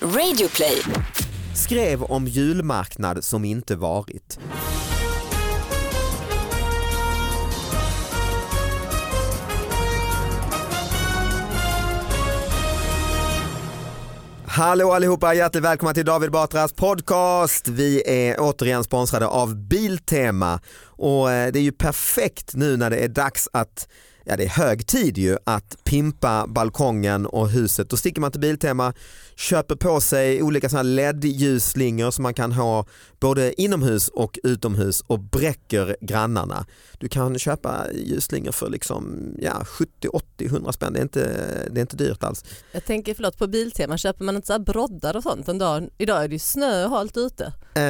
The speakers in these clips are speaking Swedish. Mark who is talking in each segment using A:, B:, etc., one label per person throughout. A: Radioplay.
B: skrev om julmarknad som inte varit. Hallå allihopa, hjärtligt välkomna till David Batras podcast. Vi är återigen sponsrade av Biltema och eh, det är ju perfekt nu när det är dags att Ja det är hög tid ju att pimpa balkongen och huset. Då sticker man till Biltema, köper på sig olika såna här LED-ljusslingor som man kan ha både inomhus och utomhus och bräcker grannarna. Du kan köpa ljusslingor för liksom, ja, 70, 80, 100 spänn. Det är inte, det är inte dyrt alls.
C: Jag tänker förlåt på Biltema, köper man inte så här broddar och sånt? En dag, idag är det ju snö och halt ute.
B: Eh,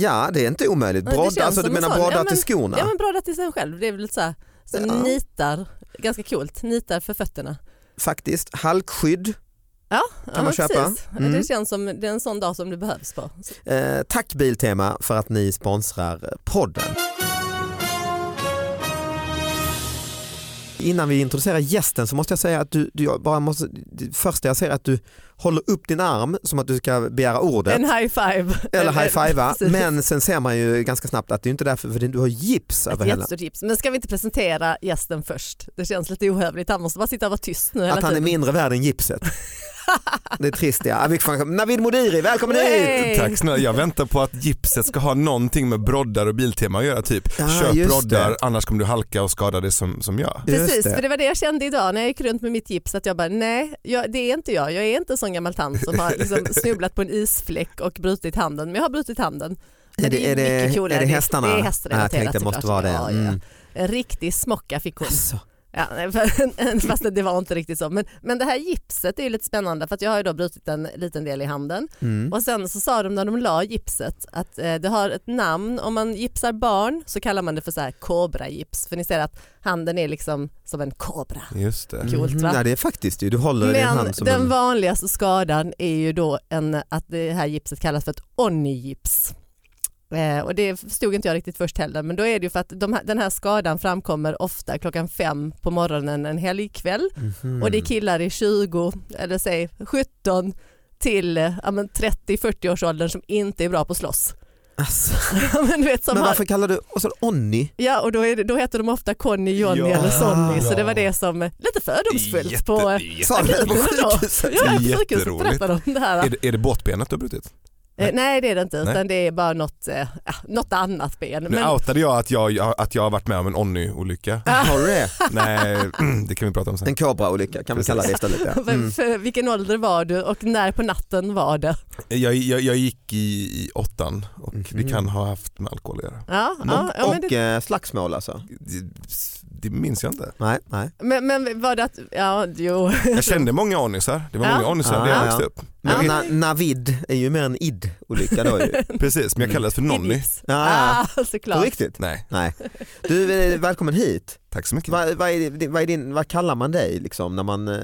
B: ja, det är inte omöjligt.
C: Ja, det känns
B: Broddar, alltså du
C: som en
B: menar
C: sån.
B: broddar
C: Ja,
B: till
C: men-
B: skorna?
C: Ja men broddar till sig själv, det är väl lite så här som
B: Ja.
C: nitar, ganska coolt, nitar för fötterna.
B: Faktiskt. Halkskydd,
C: Ja, ja,
B: man
C: men
B: köpa?
C: precis. Ja,
B: Mm.
C: Det känns som det är en sån dag som det behövs på. Så-
B: Eh, tack Biltema för att ni sponsrar podden. Innan vi introducerar gästen så måste jag säga att du, du jag bara måste, det första jag ser är att du håller upp din arm som att du ska begära ordet.
C: En high five.
B: eller high-fiva,
C: Precis.
B: men sen ser man ju ganska snabbt att det är inte därför, för du har gips över
C: Ett
B: hela.
C: jättestort tips. Men ska vi inte presentera gästen först? Det känns lite ohövligt, han måste bara sitta och vara tyst nu hela
B: Att han är
C: tiden.
B: mindre värd än gipset. det är trist ja. Vi får- Navid Modiri, välkommen hit!
C: Hej!
D: Tack snälla, jag väntar på att gipset ska ha någonting med broddar och biltema att göra typ.
B: Ja,
D: Köp
B: just
D: broddar
B: det.
D: annars kommer du halka och skada dig som, som jag.
B: Just
C: Precis,
B: det.
C: för det var det jag kände idag när jag gick runt med mitt gips att jag bara nej, jag, det är inte jag. Jag är inte en sån gammal tant som har liksom snubblat på en isfläck och brutit handen. Men jag har brutit handen. Men
B: Är det, är det,
C: mycket coolare.
B: är det hästarna?
C: Det är
B: Ja, jag
C: hästrelaterat
B: tänkte det måste
C: såklart.
B: vara det.
C: Ja, ja, ja.
B: Mm.
C: En riktig smocka fick hon.
B: Alltså,
C: Ja, nej, för- fast det var inte riktigt så. Men, men det här gipset är ju lite spännande för att jag har ju då brutit en liten del i handen.
B: mm.
C: Och sen så sa de när de la gipset att eh, det har ett namn. Om man gipsar barn så kallar man det för så här kobragips. För ni ser att handen är liksom som en kobra.
D: Just det.
C: Coolt,
B: Mhm.
C: va?
B: Nej, det är faktiskt ju, du håller i din
C: Men
B: hand som
C: den
B: en...
C: vanligaste skadan är ju då en, att det här gipset kallas för ett onnygips. Eh, och det förstod inte jag riktigt först heller, men då är det ju för att de här, den här skadan framkommer ofta klockan fem på morgonen en helgkväll
B: Mhm.
C: och det är killar i 20, eller säg 17 till eh, ja, men 30-40 års åldern som inte är bra på att slåss.
B: alltså,
C: Ja, men du vet, som
B: men
C: har-
B: varför kallar du och så Onni?
C: Ja och då, är det, då heter de ofta Conny, Johnny
D: Ja.
C: eller Sonny så
D: Ja.
C: det var det som, eh, lite fördomsfullt
D: Jätte-
C: på eh,
D: jätte-
B: Sa du det på
C: Vadå?
B: sjukhuset?
C: Ja,
D: Jätteroligt.
C: sjukhuset berättade om det här.
D: Är det, är det båtbenet du har brutit?
C: Eh, Nej det är det inte utan
D: Nej.
C: det är bara något, eh, ah, något annat ben.
D: Nu
C: Men,
D: outade jag att jag, att jag har varit med om en Onny-olycka.
B: Har du det?
D: Nej, mm, det kan vi prata om sen.
B: En kobraolycka kan vi
D: Precis.
B: kalla det istället. Ja. Mm.
C: för vilken ålder var du och när på natten var det?
D: Jag, jag, jag gick i, i åttan och
B: Mhm.
D: det kan ha haft med alkohol att göra.
C: Ja, ja, ja, men,
B: Och
C: det,
B: eh, slagsmål alltså?
D: Det, det minns jag inte.
B: Nej, nej.
C: men, men var det att, ja jo.
D: Jag kände många Onnysar. Det var
C: Ja.
D: många Onnysar när
B: Alltså- Ja,
D: jag
B: ja,
D: växte upp.
B: Men na,
C: Ja.
B: Navid är ju mer en id-olycka då ju.
D: Precis, men
B: Mm.
D: jag kallades för Nonny.
C: Idris.
B: Ja, ja.
C: Ah,
B: På
C: såklart.
B: riktigt?
D: Nej,
B: Nej. Du, eh, välkommen hit.
D: tack så mycket.
B: Vad vad är, din- vad är din, vad kallar man dig liksom när man eh,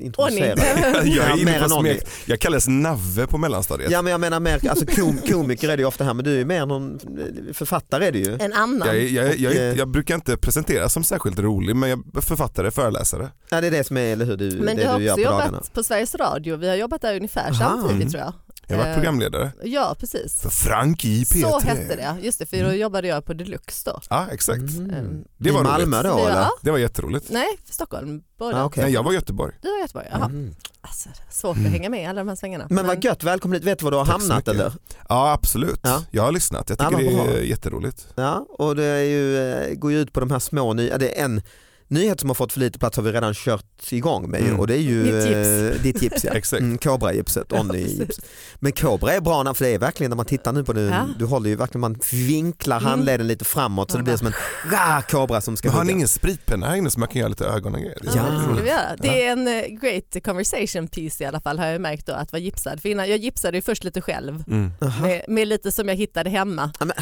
B: introducerar? dig?
D: Jag,
B: Ja,
D: är
B: mer
D: inne
B: än
D: på
B: Onni.
D: smek. jag kallas Navve på mellanstadiet.
B: Ja men jag menar mer, alltså kom, komiker är det ju ofta här men du är ju mer någon eh, författare är du ju.
C: En annan.
D: Jag, är- jag, är- jag, är
B: Och, eh,
D: inte- jag brukar inte presentera som särskilt rolig men jag är författare, föreläsare.
B: Ja det är det som är, eller hur, du,
C: men
B: det
C: du har
B: du gör
C: också
B: på dagarna.
C: jobbat på Sveriges Radio, vi har jobbat där ungefär
B: Aha.
C: samtidigt tror jag.
D: Jag har
C: Eh,
D: varit programledare
C: Ja precis.
D: för Frank i P3.
C: Så hette det, just det för då jobbade jag på Deluxe då.
D: Ja exakt.
B: Mm.
D: Det var
B: I Malmö
D: roligt.
B: då
C: Ja.
B: eller?
D: Det var jätteroligt.
C: Nej, Stockholm båda.
B: Ah, okej.
D: Nej, jag var i Göteborg.
C: Du var i Göteborg, jaha.
B: Mm.
C: Alltså, svårt att hänga med i alla de här svängarna.
B: Men vad gött, välkommen hit. Vet du var du har
D: Tack så
B: hamnat
D: mycket.
B: eller?
D: Ja absolut.
B: Ja.
D: Jag har lyssnat. Jag
B: Ja,
D: tycker det
B: vad
D: är
B: bra.
D: jätteroligt.
B: Ja, och det är ju, eh, går ju ut på de här små nyheterna. Det är en nyhet som har fått för lite plats har vi redan kört igång med ju,
D: Mm.
B: och det är ju
C: Mitt gips.
B: eh, ditt gips. Ja.
D: Exakt.
B: Mm, Kobragipset, Onny-gips. Men kobra är bra för det är verkligen när man tittar nu på nu,
C: Ja.
B: du håller ju verkligen, man vinklar
C: Mm.
B: handleden lite framåt så det blir som en rah, kobra som ska
D: Men har ni
B: hugga.
D: ingen spritpenna här inne så man kan göra lite ögon och grejer? Det är
C: Ja,
B: Ja.
C: det skulle vi
D: roligt.
C: göra. Det är en eh, great conversation piece i alla fall har jag märkt då att vara gipsad. För innan, jag gipsade ju först lite själv
D: Mm.
B: Jaha.
C: med, med lite som jag hittade hemma.
B: Ja, men-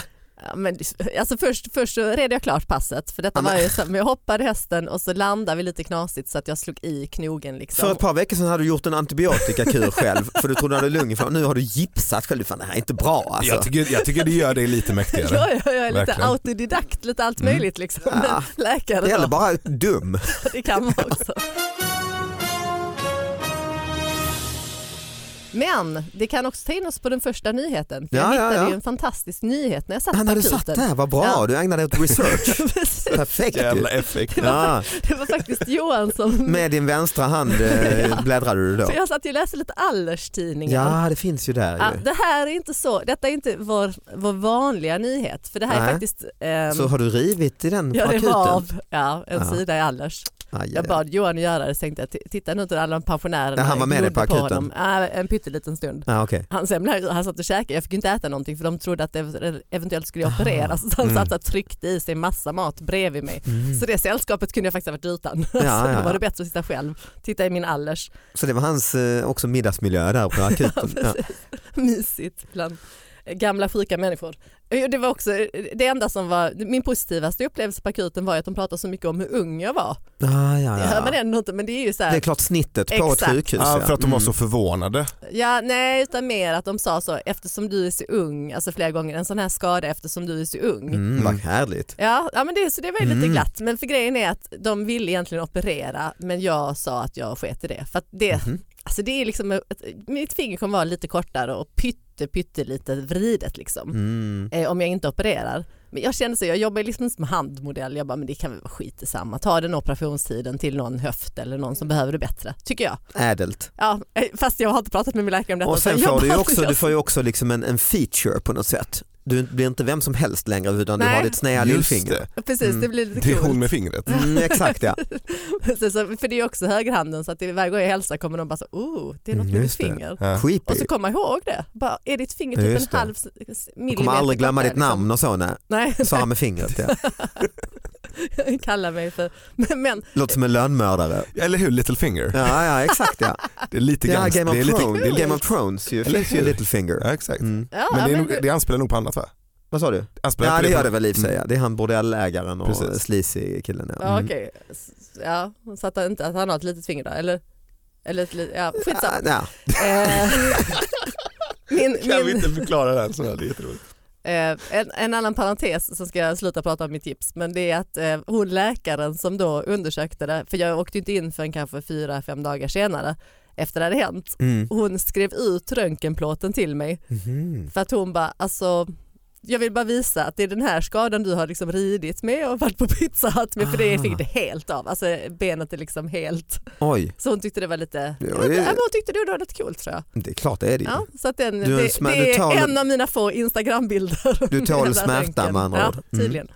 C: Ja, men, alltså först, först så red jag klart passet för detta
B: Ja, men-
C: var ju så, men jag hoppade hästen och så landade vi lite knasigt så att jag slog i knogen liksom.
B: För ett par veckor sedan hade du gjort en antibiotikakur själv för du trodde du hade lunginflammation. Nu har du gipsat själv. Du, Fan, det här är inte bra alltså.
D: Jag, tycker, jag tycker det gör dig lite mäktigare.
C: Ja, ja, jag är lite
D: Verkligen.
C: autodidakt, lite allt möjligt liksom.
B: Mm. Ja.
C: Men läkare
B: Det gäller
C: då,
B: bara dum.
C: det kan man också. Men det kan också ta in oss på den första nyheten. För
B: Ja, ja,
C: jag hittade
B: ja.
C: ju en fantastisk nyhet när jag satt
B: Han
C: på
B: hade
C: akuten.
B: satt där, vad bra,
C: Ja.
B: du ägnade dig åt research.
C: Precis.
B: Perfekt ju.
D: Jävla effekt.
B: Ja,
C: det var faktiskt Johan som...
B: med din vänstra hand eh, bläddrade du då.
C: För jag satt ju och läste lite Allers-tidningar.
B: Ja, det finns ju
C: Ja,
B: där ju.
C: det här är inte så, detta är inte vår, vår vanliga nyhet för det här är
B: Nej.
C: faktiskt ehm,
B: Så har du rivit i den på
C: ja, det var
B: akuten?
C: av ja, en
B: Ja.
C: sida i Allers.
B: Aj, aj,
C: Jag
B: aj.
C: bad Johan göra det så tänkte jag "T- titta nu till alla de pensionärerna.
B: Nej, han var med dig
C: glodde
B: på akuten?
C: honom. Ja, en pytteliten stund.
B: Ja, okej.
C: Han semlade, han satt och käkade, jag fick ju inte äta någonting för de trodde att ev- eventuellt skulle jag
B: Ah.
C: opereras. Så han
B: Mm.
C: satt och tryckte i sig massa mat bredvid mig.
B: Mm.
C: Så det sällskapet kunde jag faktiskt ha varit utan.
B: ja,
C: så
B: ja.
C: då var det bättre att sitta själv, titta i min Allers.
B: Så det var hans eh, också middagsmiljö där på akuten. ja.
C: mysigt bland eh, gamla sjuka människor. Eh, Det var också eh, det enda som var min positivaste upplevelse på akuten var ju att de pratade så mycket om hur ung jag var.
B: Ah, ja,
C: Det
B: ja.
C: hör man ändå inte men det är ju så
B: Det är
C: här,
B: klart snittet på ett
C: Exakt.
B: sjukhus.
D: Ja, för att de var
B: Mm.
D: så förvånade.
C: ja nej utan mer att de sa så eftersom du är så ung, alltså flera gånger en sån här skada eftersom du är så ung.
B: Mm, vad härligt.
C: Ja, ja men det, så det var ju
B: Mm.
C: lite glatt men för grejen är att de ville egentligen operera men jag sa att jag sket i det för att det,
B: Mhm.
C: alltså det är liksom, ett- mitt finger kommer vara lite kortare och pytte pyttelite vridet liksom.
B: Mm.
C: eh, om jag inte opererar. Men jag kände så, jag jobbar ju liksom som handmodell, jag bara men det kan väl vara skit i samma. Ta den operationstiden till någon höft eller någon som behöver det bättre, tycker jag.
B: Ädelt.
C: Ja, eh, fast jag har inte pratat med min läkare om detta.
B: Och sen
C: utan jag
B: får du ju
C: bara-
B: också, du får ju också liksom en, en feature på något sätt. Du blir inte vem som helst längre utan du
C: Nej.
B: har ditt sneda
D: Just
B: lillfinger.
C: Precis,
B: Mm.
C: det blir lite
D: Det är hon
C: coolt.
D: med fingret.
B: Mm, exakt ja.
C: Så, så, för det är ju också högerhanden så att det, varje gång jag hälsar kommer de bara så, oh, det är något
B: Mm,
C: med ditt
B: just det.
C: finger.
D: Ja.
C: Och
B: Creepy.
C: så kommer jag ihåg det, bara, är ditt finger typ
B: Just
C: en
B: det.
C: halv s- s-
B: Du
C: millimeter
B: kommer aldrig glömma
C: kortare,
B: ditt namn och så, nej.
C: Nej,
B: sa han med fingret. Ja.
C: kalla mig för, men, men
B: Låter som en lönnmördare.
D: Eller hur, Little Finger?
B: Ja, ja exakt ja.
D: Det är lite
B: Ja,
D: gans-
B: Game,
D: det är
B: of
D: lite,
B: Thrones,
D: det är lite-
B: Game of Thrones ju,
D: Eller
B: finns ju
D: hur?
B: Littlefinger.
D: Ja, exakt.
B: Mm.
C: ja,
D: Men det, är,
C: men
D: nog- det anspelar nog på annat va?
B: Vad sa du?
D: Anspelar
B: Ja
D: på
B: det gör
D: på-
B: det väl i och för sig.
D: Mm.
B: ja. Det är han bordellägaren och
D: Precis.
B: sleazy killen. Ja.
C: Ja,
B: Mm.
C: okej. S- Ja, så att han, inte, att han har ett litet finger då, eller? Eller ett litet, ja, skitsamma.
B: Ja, Mm. ja.
C: Eh, min,
D: Kan vi
C: min,
D: inte förklara det här? Sådär, det är jätteroligt.
C: eh, en, en annan parentes som ska jag sluta prata om mitt gips, men det är att eh, hon läkaren som då undersökte det, för jag åkte ju inte in förrän kanske fyra, fem dagar senare efter det hade hänt,
B: Mm.
C: hon skrev ut röntgenplåten till mig
D: Mm-hmm.
B: Mhm.
C: för att hon bara, alltså jag vill bara visa att det är den här skadan du har liksom ridit med och varit på pizza Hut med för det
B: Ah.
C: fick det helt av. Alltså benet är liksom helt
B: Oj,
C: Så hon tyckte det var lite,
B: Ja,
C: ja,
B: det-
C: men hon tyckte det var lite coolt tror jag.
B: det är klart det är det ju.
C: Ja, så att den,
B: Du är en
C: det,
B: smär-
C: det
B: du
C: är
B: tål-
C: en av mina få Instagram-bilder.
B: Du tål
C: med den här
B: smärta,
C: röntgen.
B: med andra ord.
C: Ja,
B: Mm.
C: tydligen.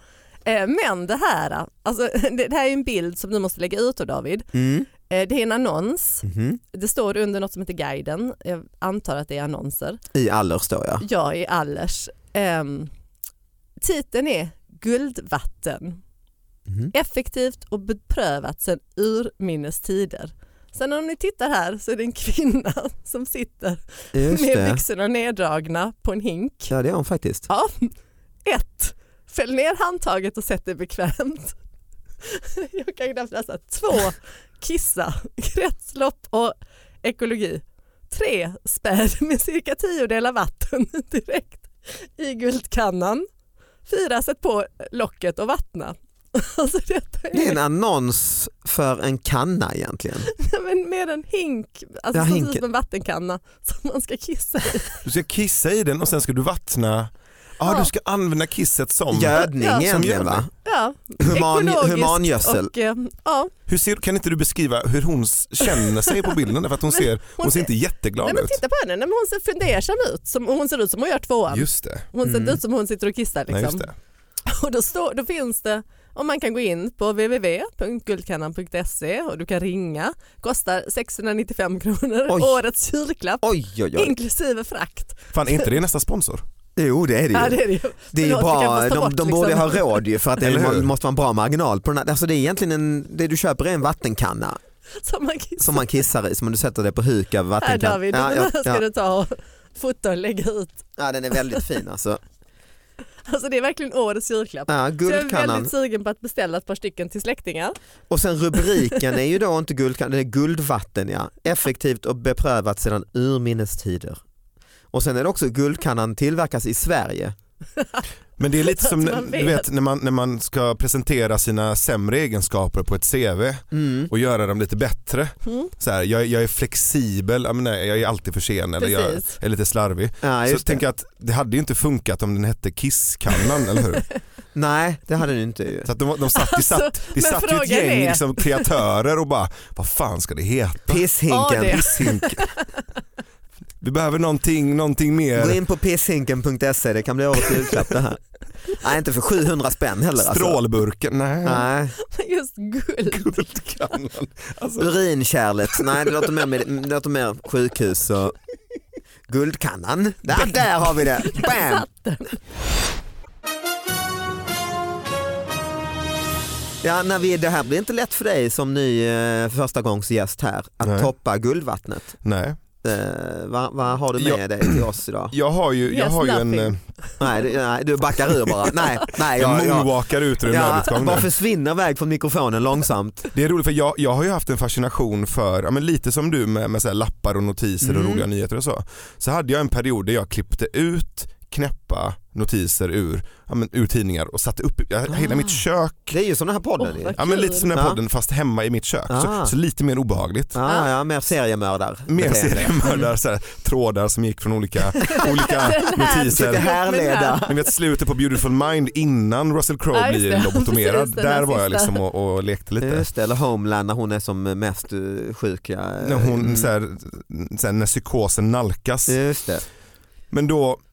C: Eh, Men det här, alltså, det det här är en bild som du måste lägga ut då, David.
B: Mm.
C: Eh, Det är en annons,
D: Mm-hmm.
B: Mhm.
C: det står under något som heter guiden, jag antar att det är annonser.
B: I Allers då ja.
C: Jag är Allers. Ehm, titeln är Guldvatten.
D: Mm-hmm.
B: Mhm.
C: effektivt och beprövat sedan urminnes tider. Sen om ni tittar här så är det en kvinna som sitter
B: Just
C: med
B: det.
C: byxorna neddragna på en hink.
B: Ja det är hon faktiskt.
C: Ja, ett, Fäll ner handtaget och sätt det bekvämt. Jag kan knappt läsa. Två, Kissa, kretslopp och ekologi. Tre, Späd med cirka tiodelar vatten direkt i guldkannan. Fyra, Sätt på locket och vattna. Alltså detta
B: Det är
C: är
B: en annons för en kanna egentligen.
C: Ja, men med en hink, alltså
B: Ja,
C: som ser
B: hinken.
C: ut som en vattenkanna som man ska kissa i.
D: Du ska kissa i den och sen ska du vattna. Ja,
C: Ja.
D: du ska använda kisset som.
B: Gödning
C: Ja, som
B: egentligen
D: gödning.
B: va?
C: Ja,
B: Human,
C: ekologiskt
B: humangödsel.
C: Och, eh, ja,
D: Hur ser, kan inte du beskriva hur hon s- känner sig på bilden? För att hon ser, hon ser inte jätteglad
C: nej, men
D: ut.
C: titta på henne, nej, men hon ser fundersam ut. Som, hon ser ut som hon gör tvåan.
D: Just det.
C: Hon ser
B: Mm.
C: inte ut som hon sitter och kissar.
D: Nej,
C: Liksom.
D: just det.
C: och då, står, då finns det, om man kan gå in på www.guldkannan.se och du kan ringa. Kostar 695 kronor,
B: Oj.
C: årets julklapp.
B: Oj oj oj.
C: Inklusive frakt.
D: Fan, är inte det nästa sponsor?
B: Jo det är det
C: Ja,
B: ju.
C: det är det ju.
B: Det är ju
C: Förlåt,
B: bra,
C: vi kan få ta
B: de,
C: bort,
B: de borde
C: liksom.
B: ha råd ju för att det
D: Eller hur?
B: må- måste vara en bra marginal på den här. Alltså det är egentligen en, det du köper är en vattenkanna
C: Som man kissar.
B: som man kissar i, som du sätter det på huk av
C: Här
B: vattenkannan.
C: David,
B: Ja,
C: den här
B: ja,
C: ska
B: ja.
C: du ta och fota och lägga ut.
B: ja den är väldigt fin alltså.
C: Alltså det är verkligen årets julklapp.
B: Ja,
C: Så jag är
B: guldkannan
C: väldigt sugen på att beställa ett par stycken till släktingar.
B: och sen rubriken är ju då inte guldkannan, det är guldvatten ja. Effektivt och beprövat sedan urminnes tider. Och sen är det också guldkannan tillverkas i Sverige.
D: Men det är lite
C: Att
D: som
C: man
D: du vet,
C: vet.
D: när, man, när man ska presentera sina sämre egenskaper på ett CV
B: Mm.
D: och göra dem lite bättre.
C: Mm.
D: Så här, jag, jag är flexibel, jag, menar, jag är alltid försenad, eller jag
C: Precis.
D: är lite slarvig.
B: Ja,
D: så
B: just det.
D: tänker jag att det hade ju inte funkat om den hette Kisskannan, eller hur?
B: Nej, det hade du inte ju.
D: Så att de, de satt, de satt,
C: Alltså, men
D: det satt ju ett
C: frågan
D: gäng
C: är-
D: liksom, kreatörer och bara, vad fan ska det heta?
C: Ja,
B: Pisshinken.
C: det.
D: Pissink. Vi behöver någonting, någonting
B: Gå
D: mer.
B: in på pisshinken.se, det kan bli årets julklapp det här. Nej, inte för 700 spänn heller alltså.
D: Strålburken, nej.
B: Nej,
C: Just guld.
D: Guldkannan. Alltså,
B: urinkärlet, nej det låter mer, med, det låter mer sjukhus och guldkannan. Där, där har vi det, bam! Ja, Navid, det här blir inte lätt för dig som ny eh, förstagångsgäst här att
D: Nej.
B: toppa guldvattnet.
D: nej.
B: Eh, vad, vad har du med
D: Ja.
B: dig till oss idag?
D: Jag har ju, jag
C: Yes,
D: har ju en,
C: nothing.
D: eh,
B: Nej, du, nej, du backar ur bara. Nej, nej,
D: en
B: jag, jag,
D: moonwalkar ut ur en
B: jag
D: nödutgång.
B: bara
D: där.
B: försvinner iväg från mikrofonen långsamt.
D: Det är roligt för jag, jag har ju haft en fascination för, ja, men lite som du med, med så här lappar och notiser och
B: Mm.
D: roliga nyheter och så. Så hade jag en period där jag klippte ut knäppa notiser ur, ja, men, ur tidningar och satte upp jag, hela
B: Ah.
D: mitt kök.
B: Det är ju som den här podden.
C: Åh,
B: ju.
C: vad
D: Ja, men
C: kul. Ah.
D: lite som den här
B: Ja.
D: podden fast hemma i mitt kök. Så,
B: Ah.
D: så lite mer obehagligt.
B: Ja, ja, mer seriemördar.
D: Mer
B: beteende.
C: Mm.
D: seriemördare, så här, trådar som gick från olika, olika
C: Den här
D: notiser.
B: Försöker härleda.
D: Ni vet slutet på Beautiful Mind innan Russell
C: Ja,
D: Crowe
C: just
D: blir
C: det.
D: lobotomerad.
C: Precis, den här
D: Där var jag
C: sista.
D: liksom och, och lekte lite.
B: Just det, eller Homeland när hon är som mest eh, sjuk. Ja.
D: När, hon,
B: Mm.
D: så här, så här, när psykosen nalkas.
B: Just det.
D: Men då,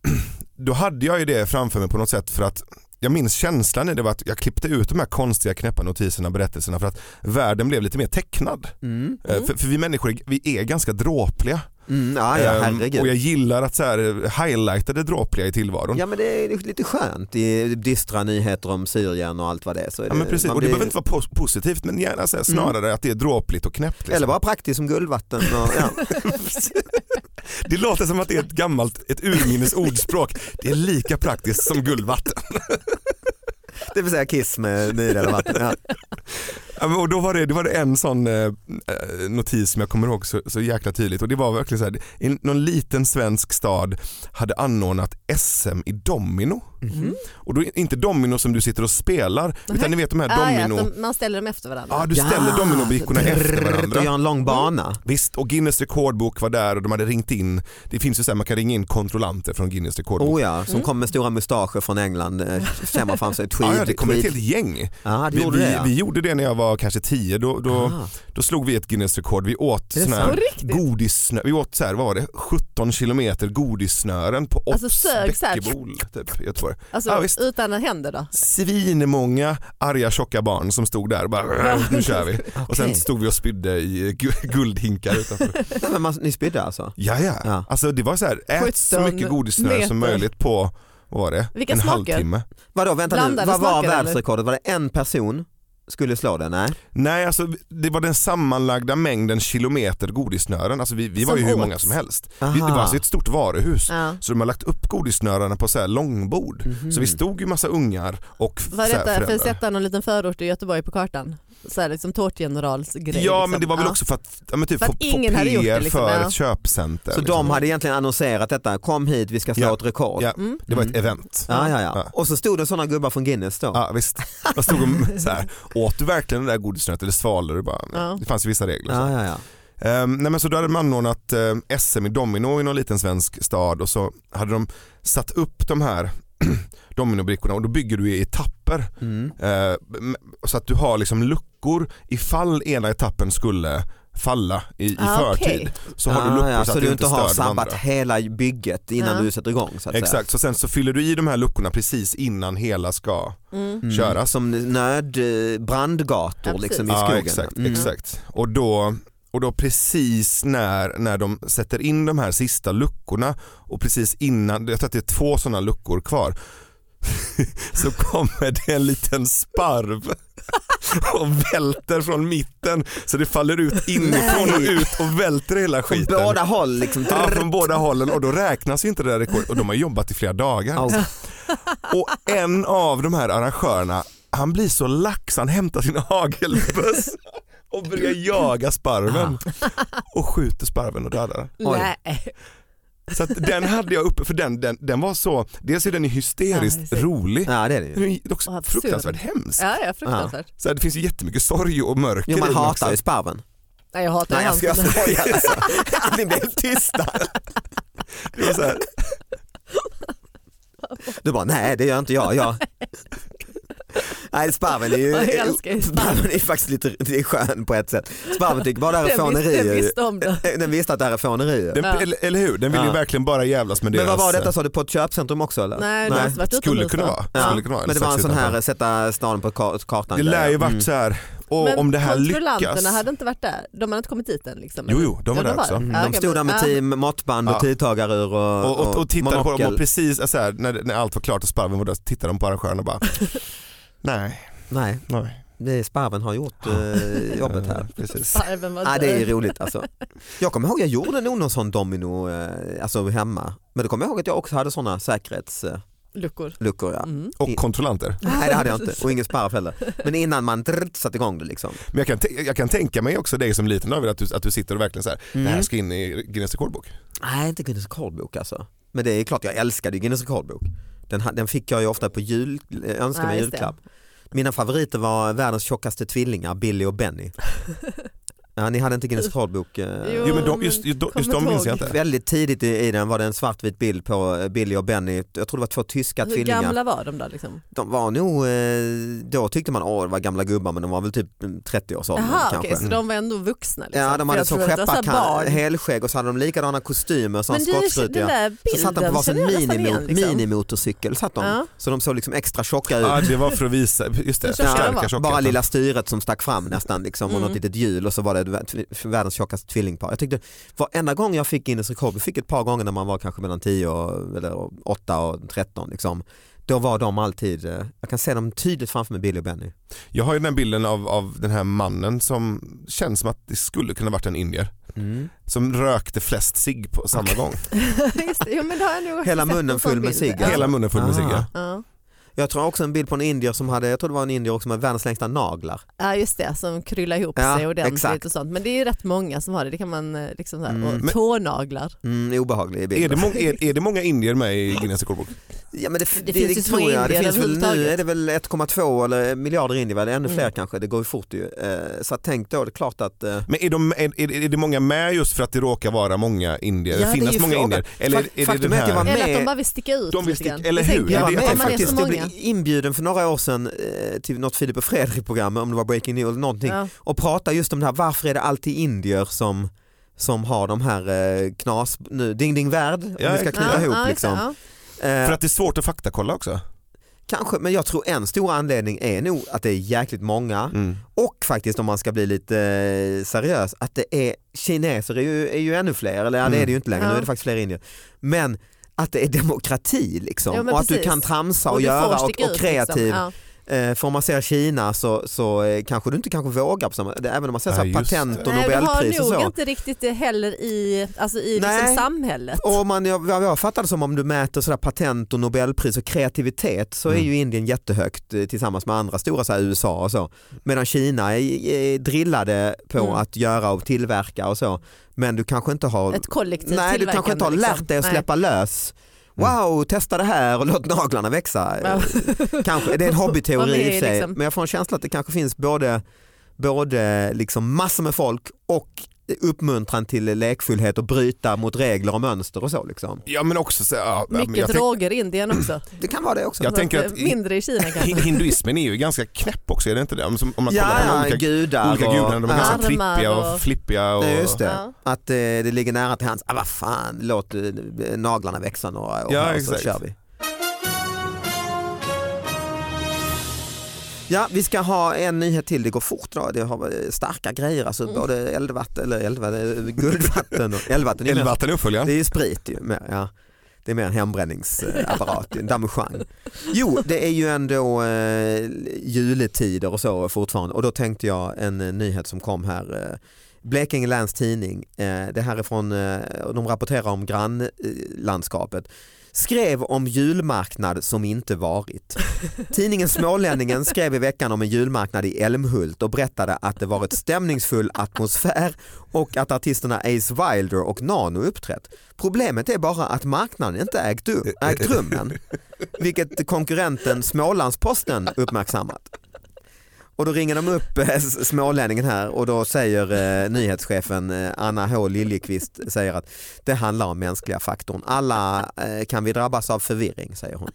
D: då hade jag ju det framför mig på något sätt för att jag minns känslan i det var att jag klippte ut de här konstiga knäppa notiserna och berättelserna för att världen blev lite mer tecknad.
B: Mm.
D: Eh, För, för vi människor är- vi är ganska dråpliga.
B: Mm, ja, ja,
D: Ehm, och
B: herregud.
D: jag gillar att så här, eh, highlighta det dråpliga i tillvaron. Ja.
B: Ja men det är lite skönt i dystra nyheter om Syrien och allt vad det är. Så är
D: men precis,
B: man
D: och det
B: blir- Mm.
D: behöver inte vara pos- positivt men gärna så här, snarare att det är dråpligt och knäppt. Liksom.
B: Eller bara praktiskt som guldvatten. Och, ja.
D: Det låter som att det är ett gammalt, ett urminnes ordspråk. Det är lika praktiskt som guldvatten.
B: Det vill säga kiss med nyrelaterat. Ja.
D: Ja, men Och då var det, det var det en sån eh, eh, notis som jag kommer ihåg så, så jäkla tydligt och det var verkligen så här, en, någon liten svensk stad hade anordnat SM i domino.
B: Mhm.
D: Och då är inte domino som du sitter och spelar utan ni vet de här
C: Ah, ja,
D: domino,
C: att de- man ställer dem efter varandra.
D: ja du ställer
B: Ja.
D: dominobrickorna efter varandra.
B: Och gör en lång bana.
D: Visst, och Guinness rekordbok var där och de hade ringt in, det finns ju så här, man kan ringa in kontrollanter från Guinness rekordbok.
B: Oh ja, som kom med stora mustascher från England. eh, Känner fram sig. Tweed,
D: Mm. ja, ja, det kom ett
B: tweed.
D: helt gäng.
B: Ja, det
D: Vi,
B: gjorde det.
D: vi,
B: ja.
D: vi gjorde det när jag var kanske tio, då, då,
B: Ah.
D: då slog vi ett Guinness-rekord. Vi åt
B: Det är
D: sån
C: På
D: här
C: riktigt?
D: godissnö, vi åt så här, vad var det, 17 kilometer godissnören på
C: Alltså
D: Ops
C: sög så här.
D: bäckebol typ, i Göteborg.
C: Alltså,
D: Ja, visst.
C: utan händer då?
D: Svinmånga arga tjocka barn som stod där och bara nu kör vi. Och sen
B: Okej.
D: stod vi och spydde i gu- guldhinkar utanför.
B: Nej, men man, ni spydde alltså?
D: Ja, ja.
B: Ja.
D: Alltså det var så här, ät så
C: 17
D: mycket godissnöre
C: meter.
D: som möjligt på vad var det?
C: Vilka
D: en
C: smaker?
D: halvtimme.
B: Vadå, vänta nu,
C: Blandade
B: vad var
C: smaker, eller?
B: världsrekordet? Var det en person skulle slå det? Nej.
D: Nej, alltså det var den sammanlagda mängden kilometer godissnören. Alltså vi, vi var
C: Som
D: ju hur
C: åts.
D: många som helst. Vi, det var
B: Aha.
D: alltså ett stort varuhus.
C: Ja.
D: Så de har lagt upp godissnörarna på så här långbord. Så
B: Mhm. Mm.
D: vi stod ju massa ungar och f-
C: Var
D: så här
C: detta för att
D: föräldrar.
C: sätta någon liten förort i Göteborg på kartan? Så här liksom tårtgeneralsgrej.
D: Ja
C: liksom.
D: men det var väl
C: Ja.
D: också för att, ja, men typ
C: För att
D: få, få
C: ingen hade gjort
D: PR
C: det, liksom,
D: för
C: ja.
D: ett köpcenter.
B: Så
D: liksom.
B: de hade egentligen annonserat detta, kom hit vi ska slå
D: Ja.
B: ett rekord.
D: Ja, det var ett
B: Mm.
D: event.
B: Ja, ja, ja.
D: Ja.
B: Och så stod det sådana gubbar från Guinness då.
D: Ja visst, jag stod och så här, åt du verkligen det där godissnöret eller svalde du bara?
C: Ja.
D: Det fanns ju vissa regler. så.
B: Ja, ja, ja.
D: Ehm, nej men så då hade de anordnat eh, SM i domino i någon liten svensk stad och så hade de satt upp de här dominobrickorna och då bygger du i etapper.
B: Mm.
D: Eh, m- så att du har liksom luckor ifall ena etappen skulle falla i, i
C: Ah, okej.
D: förtid. Så har du
B: Ah,
D: luckor
B: ja,
D: så att
B: så
D: du
B: du inte har
D: stör de andra.
B: sabbat hela bygget innan
C: Ja.
B: du sätter igång. Så att
D: Exakt, så sen så fyller du i de här luckorna precis innan hela ska
C: Mm.
B: Säga.
D: köras.
B: Som nöd, eh, brandgator
C: Ja,
B: liksom i
D: Ja,
B: skogen.
D: exakt,
B: Mm.
D: exakt. Och då, och då precis när, när de sätter in de här sista luckorna och precis innan, jag tror att det är två sådana luckor kvar, så kommer det en liten sparv och välter från mitten så det faller ut inifrån och
B: Nej.
D: ut och välter hela
B: Från
D: skiten.
B: båda håll liksom.
D: Ja, från båda hållen och då räknas ju inte det där rekordet och de har jobbat i flera dagar.
B: Au.
D: Och en av de här arrangörerna, han blir så lax, han hämtar sin hagelböss och
B: Ah.
D: börjar jaga sparven. Och skjuter sparven och dödar den.
B: Oj.
C: Nej.
D: Så att den hade jag uppe, för den, den, den var så, dels är den ju hysteriskt
C: Ja, jag ser.
D: rolig,
B: Ja det är det ju.
D: men den är också
C: Och absurd.
D: fruktansvärt hemsk.
C: Ja, ja fruktansvärt.
D: Så här, det finns ju jättemycket sorg och mörker
B: Jo,
D: i
B: man
D: den
B: hatar ju
D: också.
B: sparven.
C: Nej, jag hatar
B: Nej jag
C: hans-
B: ska skoja alltså. Ni blev tysta.
D: Det var så här,
B: Du bara nej det gör inte jag. jag. Nej sparven är ju,
C: Jag älskar ju sparven.
B: sparven är faktiskt lite det är skön på ett sätt. Sparven tycker bara det här är
C: Den visste, den
B: fånerier.
C: visste om det.
B: Den visste att det här är fånerier.
D: den,
C: Ja.
D: eller, eller hur, den vill ju
B: Ja.
D: verkligen bara jävlas med
B: Men
D: deras... eh,
B: vad var detta, sa du på ett köpcentrum också eller?
C: Nej, det måste varit
D: Skulle
C: utomhus,
D: kunna
C: va?
D: vara.
B: Ja.
D: Skulle kunna vara.
B: Men det var en
D: strax
B: sån här
D: utanför.
B: sätta stan på ka- kartan.
D: Det lär ju varit
B: Mm.
D: så här, åh,
C: Men
D: om det här
C: kontrollanterna
D: lyckas.
C: hade inte varit där. De hade inte kommit dit än. Liksom.
D: Jo, jo, de var
C: Ja,
D: där också.
C: det.
B: Mm,
C: Ja,
B: De
C: okej,
B: stod där
C: men-
B: med
C: ja.
B: team, måttband och
D: Ja.
B: tidtagarur och,
D: Och, och, och tittade på dem
B: monokel.
D: och precis alltså här, när, när allt var klart och sparven var där så tittade de på arrangören och bara nej,
B: Nej,
D: nej.
B: det är sparven har gjort eh, jobbet här.
D: Eh, Precis.
C: Farben var
B: Ja, det är ju
C: död.
B: roligt alltså. Jag kommer ihåg jag gjorde nog någon sån domino eh, alltså hemma. Men då kommer jag ihåg att jag också hade såna säkerhetsluckor.
C: Luckor.
B: Ja.
C: Mm.
D: Och kontrollanter.
B: Nej det hade jag inte och ingen sparv heller. Men innan man drrt, satte igång det liksom.
D: Men jag kan, tän- jag kan tänka mig också dig som liten David att du, att du sitter och verkligen så här,
C: Mm.
D: det här ska in i Guinness rekordbok.
B: Nej inte Guinness rekordbok alltså. Men det är klart jag älskade ju Guinness rekordbok. Den, ha- den fick jag ju ofta på jul, eh, önskade
C: Ja,
B: mig
C: just det.
B: julklapp. Mina favoriter var världens tjockaste tvillingar, Billy och Benny. Ja, ni hade inte Guinness rekordbok? eh,
C: Jo.
D: Jo men de,
C: men
D: just, just, de-
C: kom
D: just de minns jag
C: ihåg.
D: inte.
B: Väldigt tidigt i, i den var det en svartvit bild på eh, Billy och Benny. Jag tror det var två tyska
C: Hur
B: tvillingar.
C: gamla var de då? Liksom?
B: De var nog, eh, då tyckte man åh det var gamla gubbar men de var väl typ 30-årsåldern
C: Jaha,
B: kanske.
C: okej, så de var ändå vuxna? Liksom.
B: Ja de hade
C: Jag
B: som
C: tror att det var så här
B: skepparkan,
C: barn.
B: helskägg och så hade de likadana kostymer som
C: Men du, den
B: skottslutiga.
C: där
B: Så
C: bilden
B: satt de på varsin
C: känner jag nästan
B: minimo,
C: igen, liksom.
B: minimotorcykel satt de.
C: Ja.
B: Så de såg liksom extra tjocka ut.
D: Ja, det var för att visa, just det,
C: Så tjocka de
D: förstärka
C: var.
B: Bara
D: tjockheten.
B: lilla styret som stack fram nästan liksom, och
C: Mm.
B: något litet hjul och så var det vä- världens tjockaste tvillingpar. Jag tyckte varenda gång jag fick Guinness rekord, jag fick ett par gånger när man var kanske mellan 10 och, eller 8 och 13 liksom. Då var de alltid, eh, jag kan se dem tydligt framför mig Billy och Benny.
D: Jag har ju den här bilden av, av den här mannen som känns som att det skulle kunna varit en indier.
B: Mm.
D: Som rökte flest cigg på samma gång.
C: Just det, jo, men det har jag nog också
B: Hela
C: sett
B: munnen
C: en sån
B: full med
C: bild.
B: cigg.
C: Ja.
D: Hela munnen full med cigg. ja.
B: Aha.
C: Ja.
B: Jag tror också en bild på en indier som hade, jag tror det var en indier också med världens längsta naglar.
C: ja just det, som kryllar ihop
B: Ja,
C: sig ordentligt
B: exakt.
C: och sånt. Men det är ju rätt många som har det, det kan man eh, liksom så här,
B: Mm,
D: men-
C: och tånaglar.
B: Mm, obehaglig bild.
D: Är det, många, är, är det många indier med i Guinness rekordbok?
B: Ja, men det, f-
C: Det finns ju små
B: tror jag.
C: indier
B: det finns väl, Nu
C: överhuvudtaget.
B: är det väl 1,2 eller miljarder indier, väl? ännu fler
C: Mm.
B: kanske, det går ju fort ju. Eh, Så att tänk då, det är klart att eh,
D: Men är, de, är, är, är det många med just för att det råkar vara många indier?
B: Ja, det är
D: finnas
B: ju
D: många
B: frågan.
D: indier? Eller
B: Fak-
D: är det
B: faktum
D: den
B: är att jag
D: här?
B: var-
C: Eller att
B: med-
C: de bara vill sticka ut.
D: De vill
C: lite
D: sticka-
C: grann.
D: eller
C: Det
D: hur?
C: tänker
D: Ja,
B: Jag var
D: det är
B: med
D: att man är
B: faktiskt.
C: så
B: Jag
C: många.
B: blev inbjuden för några år sedan eh, till något Filip och Fredrik-program, om det var Breaking News eller någonting,
C: Ja.
B: och prata just om det här, varför är det alltid indier som som har de här eh, knas, nu, Ding Ding Värld, om
D: Ja,
B: vi ska
D: exakt.
B: knyta ihop
C: just det,
B: liksom.
C: ja.
B: Eh,
D: För att det är svårt att faktakolla också.
B: Kanske, men jag tror en stor anledning är nog att det är jäkligt många och faktiskt om man ska bli lite eh, seriös att det är kineser är ju, är ju ännu fler, eller ja, det
D: Mm.
B: är det ju inte längre,
C: Ja.
B: nu är det faktiskt fler indier. Men att det är demokrati liksom
C: Ja, men
B: och att du
C: precis.
B: kan tramsa och,
C: du får
B: göra och,
C: sticka
B: och
C: ut,
B: kreativ.
C: Liksom. Ja.
B: Eh, Får man se Kina så, så eh, kanske du inte kanske vågar på samma det- även om man ser så här
D: Ja, just
B: patent
D: det.
B: och
C: Nej, vi
B: nobelpris
C: har
B: och
C: nog
B: så.
C: inte riktigt det heller i, alltså i liksom
B: Nej.
C: samhället.
B: Och man, jag, vad jag fattar det som om du mäter sådär patent och nobelpris och kreativitet så är
D: Mm.
B: ju Indien jättehögt eh, tillsammans med andra stora så här USA och så. Medan Kina är, är drillade på
C: Mm.
B: att göra och tillverka och så. Men du kanske inte har,
C: Ett kollektivt
B: nej, du kanske inte har
C: tillverkande,
B: lärt dig att
C: liksom.
B: släppa lös. Wow, testa det här och låt naglarna växa.
C: Nej.
B: Kanske, det är en
C: Ja, men
B: hobbyteori
C: det
B: i
C: är
B: och för sig.
C: liksom-
B: Men jag får en känsla att det kanske finns både, både liksom massor med folk och uppmuntran till lekfullhet och bryta mot regler och mönster och så. Liksom.
D: Ja men också så, ja, men
C: Mycket
D: jag, tänk,
C: droger i Indien också.
B: Det kan vara det också.
D: Jag
C: Så
D: tänker
C: eh,
D: att i-
C: mindre i Kina kanske.
D: hin- hinduismen är ju ganska knäpp också, är det inte det? Om som- om man kollar på de
B: Ja, ja,
D: olika,
B: gudar.
D: olika gudarna, de är ganska
C: Armar
D: trippiga och
C: och-
D: flippiga. Och,
B: Nej, just det.
C: Ja.
B: Att eh, det ligger nära till hans, ah, vad fan, låt eh, naglarna växa några år
D: Ja,
B: här och så
D: exakt.
B: kör vi. Ja, vi ska ha en nyhet till. Det går fort idag. Det har eh, starka grejer, alltså både eldvatten, eller eldvatten, eh, guldvatten och eldvatten. är ju mer-
D: Elvatten är
B: Det
D: uppföljaren.
B: är ju sprit ju. Mer, ja. Det är mer en hembränningsapparat, en damejeanne. Jo, det är ju ändå eh, juletider och så fortfarande och då tänkte jag en eh, nyhet som kom här eh, Blekinge Läns Tidning, eh, det här är från, eh, de rapporterar om grannlandskapet, skrev om julmarknad som inte varit. Tidningen Smålänningen skrev i veckan om en julmarknad i Älmhult och berättade att det varit stämningsfull atmosfär och att artisterna Ace Wilder och Nano uppträtt. Problemet är bara att marknaden inte ägt, rum, ägt rum än, vilket konkurrenten Smålandsposten uppmärksammat. Och då ringer de upp eh, s- smålänningen här och då säger eh, nyhetschefen eh, Anna H Liljekvist säger att det handlar om mänskliga faktorn. Alla eh, kan vi drabbas av förvirring säger hon.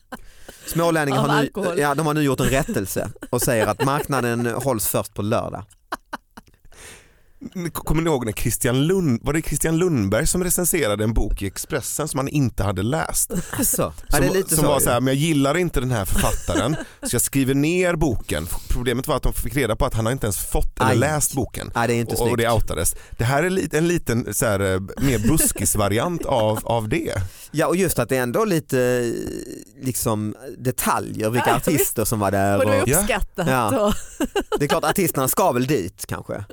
B: Smålänningen
C: Av
B: har nu,
C: alkohol.
B: ja, de har nu gjort en rättelse och säger att marknaden hålls först på lördag.
D: Ni- Kommer ni ihåg när Christian, Lund, var det Christian Lundberg som recenserade en bok i Expressen som han inte hade läst?
B: Alltså, ja,
D: Som,
B: det är lite
D: som
B: så,
D: var
B: ju.
D: så här, men jag gillar inte den här författaren så jag skriver ner boken. Problemet var att de fick reda på att han har inte ens fått eller
B: Aj.
D: läst boken.
B: Nej, det är inte
D: Och, och
B: snyggt.
D: det outades. Det här är li- en liten så här, eh, mer buskisvariant av, av det.
B: Ja och just att det är ändå lite eh, liksom, detaljer vilka
C: Ja,
B: artister som var där.
C: Och det var
B: Och,
D: Ja.
C: uppskattat.
B: Ja.
C: Och,
B: det är klart artisterna ska väl dit kanske.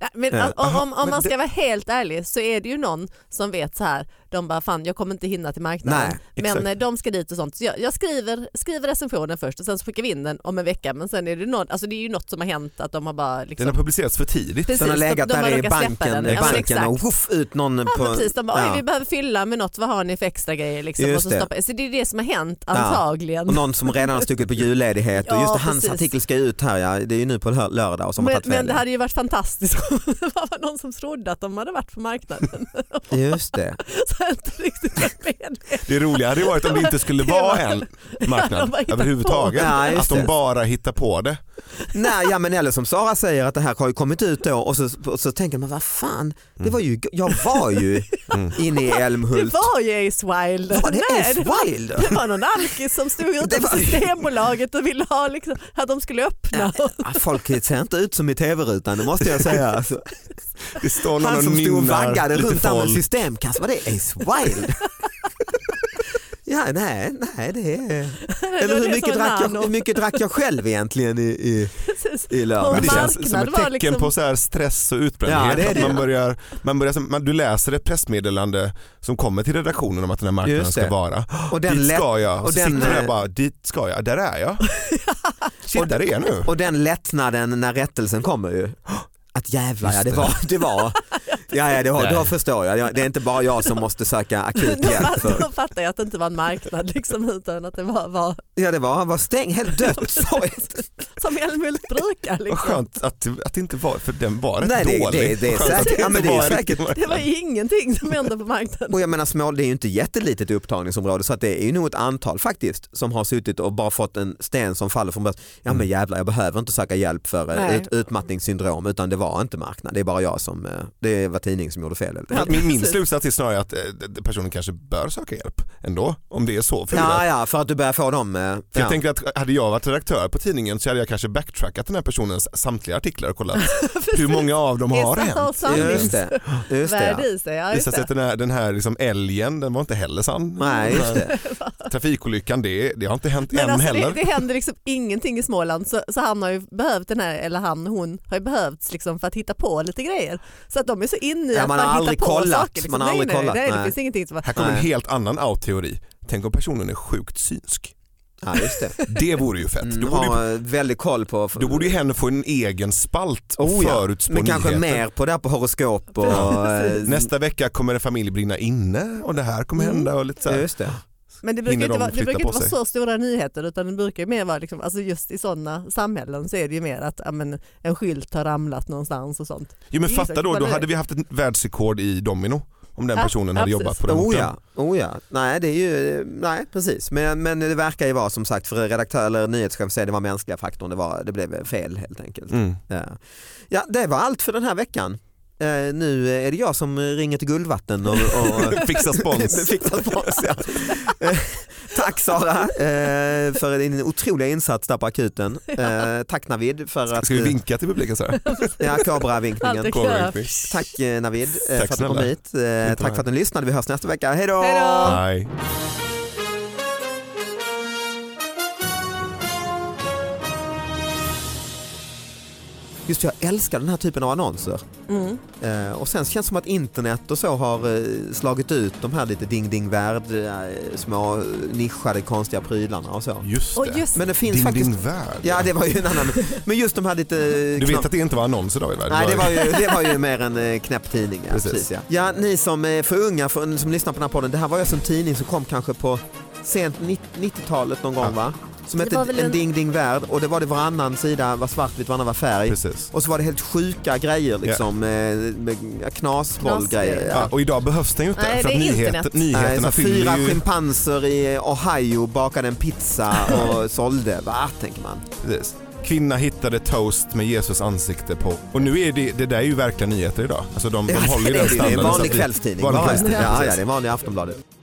C: Ja, men,
D: Eh,
C: alltså, om,
D: aha,
C: om,
D: men
C: om man
D: det-
C: ska vara helt ärlig så är det ju någon som vet så här, de bara fan jag kommer inte hinna till marknaden.
D: Nej,
C: men
D: exakt.
C: eh, de ska dit och sånt. Så jag, jag skriver, skriver recensionen först och sen så skickar vi in den om en vecka. Men sen är det, någon, alltså, det är ju något som har hänt att de har bara liksom,
D: Den har publicerats för tidigt.
C: Precis,
B: Den har legat
C: de- de har
B: där i
C: råkat släppa
B: banken,
C: den.
B: i
C: Ja, men
B: banken och
C: exakt.
B: woof, ut någon
C: Ja,
B: på...
C: men precis, de bara,
B: Ja.
C: "Oj, vi behöver fylla med något, vad har ni för extra grejer? Liksom,
B: Just
C: och så,
B: det.
C: stoppa. så det är det som har hänt
B: Ja.
C: antagligen.
B: Och någon som redan har stuckit på julledighet och
C: Ja,
B: just det, hans
C: precis.
B: artikel ska ut här, ja, det är ju nu på lör- lördag och som har
C: men,
B: tagit
C: men
B: fel.
C: det hade ju varit fantastiskt om det var någon som trodde att de hade varit på marknaden.
B: Just det.
C: så jag inte riktigt var med.
D: Det roliga hade ju varit om det inte skulle
C: Det
D: vara
C: var-
D: en
C: Ja, de bara
D: marknad
C: hittar
D: överhuvudtaget.
B: på. Ja, just
D: Att
B: det.
D: de bara hittar på det.
B: Nej, ja, men eller som Sara säger att det här har ju kommit ut då och så, och så tänker man vad fan, det var ju, jag var ju
D: Mm.
B: inne i
C: Det
B: Älmhult.
C: var ju Ace Wilder.
B: Var det
C: Nej,
B: Ace
C: det, var,
B: Wilder?
C: det var någon alkis som stod
B: Det var-
C: utanför Systembolaget och ville ha liksom, att de skulle öppna.
B: Ja, Ah, Folk ser inte ut som i tv-rutan, det måste jag säga. Alltså,
D: Det står någon
B: han som
D: och
B: stod och
D: nynnar
B: vaggade
D: lite
B: runt där med en
D: folk.
B: systemkassa, var det Ace Wilder? Ja, nej, nej det är... Eller
C: var
B: hur
C: det
B: mycket,
C: som var
B: drack jag,
C: Nano.
B: hur mycket drack jag själv egentligen i, i,
C: Precis.
B: i
C: På
D: Men
B: lördags?
D: det
C: marknad
D: känns som ett
C: var
D: tecken
C: liksom-
D: på så här stress och
B: Ja,
D: utbrändhet.
B: det är
D: att
B: det.
D: man börjar, man börjar, som- man, du läser ett pressmeddelande som kommer till redaktionen om att den här marknaden
B: Just det.
D: ska vara.
B: Och den
D: dit
B: lätt-
D: ska jag.
B: och
D: Och
B: den,
D: så sitter du
B: eh,
D: där bara, dit ska jag, där är jag. Shit,
B: Och-
D: där är jag nu.
B: Och den lättnaden när rättelsen kommer ju. Att jävlar ja, det var, det var. Ja, ja, det var, då
D: Nej.
B: förstår jag. Ja, Det är inte bara jag som måste söka akut
C: Då
B: hjälp.
C: fa-
B: För,
C: Då fattar jag att det inte var en marknad liksom, utan att det var, var
B: ja, det var, han var stängd, helt dött. sorgligt.
C: som Älmhult brukar.
D: Vad
C: Liksom.
D: skönt att, det- att det inte var, för den var rätt
B: Nej, det-
D: dålig.
B: det- det är
D: Skönt att
B: säkert- ja,
D: inte
B: men det är
D: var en
B: säkert-
D: riktig
C: Det var
D: marknad.
C: ju ingenting som hände på marknaden.
B: Och jag menar små, det är ju inte jättelitet upptagningsområde så att det är ju nog ett antal faktiskt som har suttit och bara fått en sten som faller från bröstet. Ja
D: Mm.
B: men jävlar jag behöver inte söka hjälp för eh,
C: Nej.
B: ut, utmattningssyndrom utan det var inte marknad. Det är bara jag som, eh, det var tidningen som gjorde fel. helt enkelt.
D: Min, min
C: precis.
D: slutsats är snarare att eh, d- d- personen kanske bör söka hjälp ändå. Om det är så. För
B: Ja, ja, för att du börjar få dem. eh,
D: För
B: ja.
D: jag tänker att hade jag varit redaktör på tidningen så hade jag kanske backtrackat den här personens samtliga artiklar och kollat hur många av dem har
C: Exakt,
D: hänt.
C: sanning.
B: Just det. Just det ja.
C: Värde i sig. Ja, just
D: Visar sig att
C: det.
D: den här, den här liksom älgen, den var inte heller sann.
B: Nej,
D: Den
B: just
D: här
B: det.
D: Trafikolyckan, det, det har inte hänt
C: Men
D: än
C: alltså
D: heller.
C: det, det händer liksom ingenting i Småland så, så han har ju behövt den här, eller han hon har ju behövts liksom för att hitta på lite grejer. Så att de är så inne i
B: Ja,
C: att
B: man har
C: bara hitta
B: aldrig
C: på
B: kollat.
C: saker. Liksom.
B: Man har
C: nej,
B: aldrig
C: nej,
B: kollat,
C: Nej,
B: nej.
C: det finns ingenting som bara,
D: Här kommer
B: Nej.
D: en helt annan out-teori. Tänk om personen är sjukt synsk.
B: Ja, just det.
D: Det vore ju fett.
B: Mm,
D: Då, borde ju,
B: ha eh, väldigt koll på.
D: då borde ju hen få en egen spalt och
B: Oh, ja.
D: förutspå
B: men kanske
D: nyheter.
B: mer på det här på horoskop och... eh,
D: Nästa vecka kommer en familj brinna inne och det här kommer
C: Mm.
D: hända och lite så här.
B: Just det.
C: men det brukar
D: hinner
C: inte
D: de
C: vara, det
D: flytta
C: brukar
D: på
C: inte vara
D: sig?
C: så stora nyheter utan det brukar ju mer vara liksom, alltså just i sådana samhällen så är det ju mer att ja, men, en skylt har ramlat någonstans och sånt.
D: Jo men
C: Exakt,
D: fatta då,
C: vad
D: då
C: det är.
D: hade vi haft ett världsrekord i domino om den
C: Ja,
D: personen
C: ja,
D: hade
C: precis.
D: jobbat på den
B: Oh
D: orten.
B: ja, oh ja. Nej, det är ju, nej precis. Men, men det verkar ju vara som sagt för redaktör eller nyhetschef säger det var mänskliga faktorn, det, var, det blev fel helt enkelt.
D: Mm.
B: Ja. ja, det var allt för den här veckan. Eh, nu är det jag som ringer till Guldvatten och, och
D: Fixa spons.
B: Fixar spons ja. Eh, Tack Sara eh, för din otroliga insats där på akuten. Eh, Tack Navid för att
D: Ska vi vinka till publiken så här?
B: Ja, Kobra-vinkningen.
C: Alltid.
D: Kommer vi?
B: Tack eh, Navid eh,
D: Tack
B: för att du kom
D: snälla.
B: hit. Eh, Tack för att ni lyssnade. Vi hörs nästa vecka. Hej då!
C: Hej då!
D: Nej.
B: Just det, jag älskar den här typen av annonser.
C: Mm.
B: Eh, och sen känns det som att internet och så har eh, slagit ut de här lite ding ding värld, eh, små eh, nischade konstiga prylarna och så.
D: Just
C: Och
D: det.
C: just,
B: Men det finns
D: Din,
B: faktiskt...
D: din värld.
B: Ja det var ju en annan. Men just de här lite...
D: Du vet att det inte var annonser då i världen?
B: Nej det var, ju, det var ju mer en eh, knäpp tidning. Ja,
D: Precis.
B: precis. ja. ja ni som är för unga för, som lyssnar på den här podden, det här var ju alltså en tidning som kom kanske på sent 90-talet någon gång
D: Ja.
B: va? Som
C: Det
B: hette
C: var väl
B: en...
C: en-
B: ding ding värld och det var det varannan sida var svartvitt, varannan var färg.
D: Precis.
B: Och så var det helt sjuka grejer liksom, yeah. med ja, knasbollgrejer.
C: Knasgrejer.
D: Ja,
B: Ja.
D: och idag behövs den ju inte
C: Nej,
D: för att
C: det är
D: nyheter,
C: internet.
B: Nej,
D: nyheterna
B: så
D: fyller
B: fyra
D: ju...
B: schimpanser i Ohio bakade en pizza och sålde. Va, tänker man.
D: Precis. Kvinna hittade toast med Jesus ansikte på. Och nu är det, det där är ju verkliga nyheter idag. Alltså de, de håller ju
B: det, är-
D: den
B: det är
D: standarden.
B: en
D: så att
B: vanlig
D: vi-
B: kvällstidning.
D: Vanlig
B: Bara.
D: kvällstidning,
B: Ja, ja,
D: precis.
B: det är en vanlig Aftonbladet.